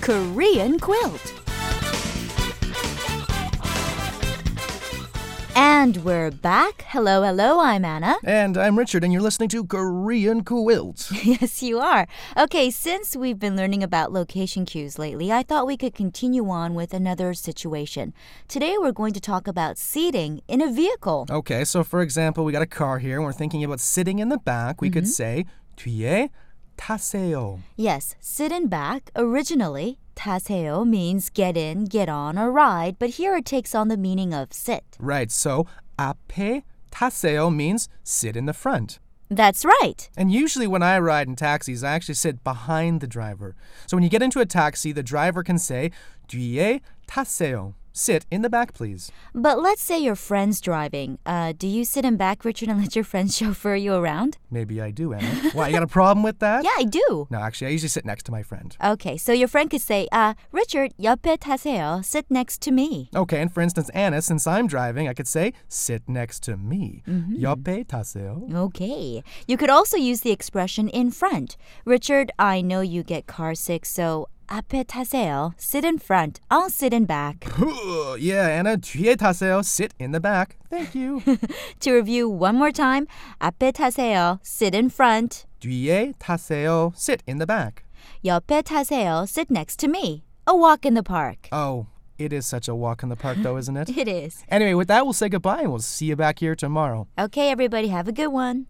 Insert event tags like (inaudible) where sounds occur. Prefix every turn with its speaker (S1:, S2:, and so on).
S1: Korean quilt. And we're back. Hello, hello, I'm Anna. (laughs)
S2: And I'm Richard, and you're listening to Korean Quilt.
S1: yes, you are. Okay, since we've been learning about location cues lately, I thought we could continue on with another situation. Today we're going to talk about seating in a vehicle.
S2: Okay, so for example, we got a car here, and we're thinking about sitting in the back. We could say, 뒤에 타세요.
S1: Yes, sit in back. Originally, 타세요 means get in, get on, or ride, but here it takes on the meaning of sit.
S2: Right, so 앞에 타세요 means sit in the front.
S1: That's right.
S2: And usually when I ride in taxis, I actually sit behind the driver. So when you get into a taxi, the driver can say, 뒤에 타세요. Sit in the back, please.
S1: But let's say your friend's driving. Uh, do you sit in back, Richard, and let your friend (laughs) chauffeur you around?
S2: Maybe I do, Anna. Why, you got a problem with that?
S1: (laughs) Yeah, I do.
S2: No, actually, I usually sit next to my friend.
S1: Okay, so your friend could say, uh, Richard, 옆에 타세요. Sit next to me.
S2: Okay, and for instance, Anna, since I'm driving, I could say, sit next to me. 옆에 타세요.
S1: Okay. You could also use the expression in front. Richard, I know you get car sick, so 앞에 타세요. Sit in front. I'll sit in back.
S2: Ugh, (laughs) yeah, Anna, 뒤에 타세요. Sit in the back. Thank you.
S1: To review one more time, 앞에 타세요. Sit in front.
S2: 뒤에 타세요. Sit in the back.
S1: 옆에 타세요. Sit next to me. A walk in the park.
S2: Oh, it is such a walk in the park,
S1: (laughs)
S2: though, isn't it?
S1: It is.
S2: Anyway, with that, we'll say goodbye and we'll see you back here tomorrow.
S1: Okay, everybody, have a good one.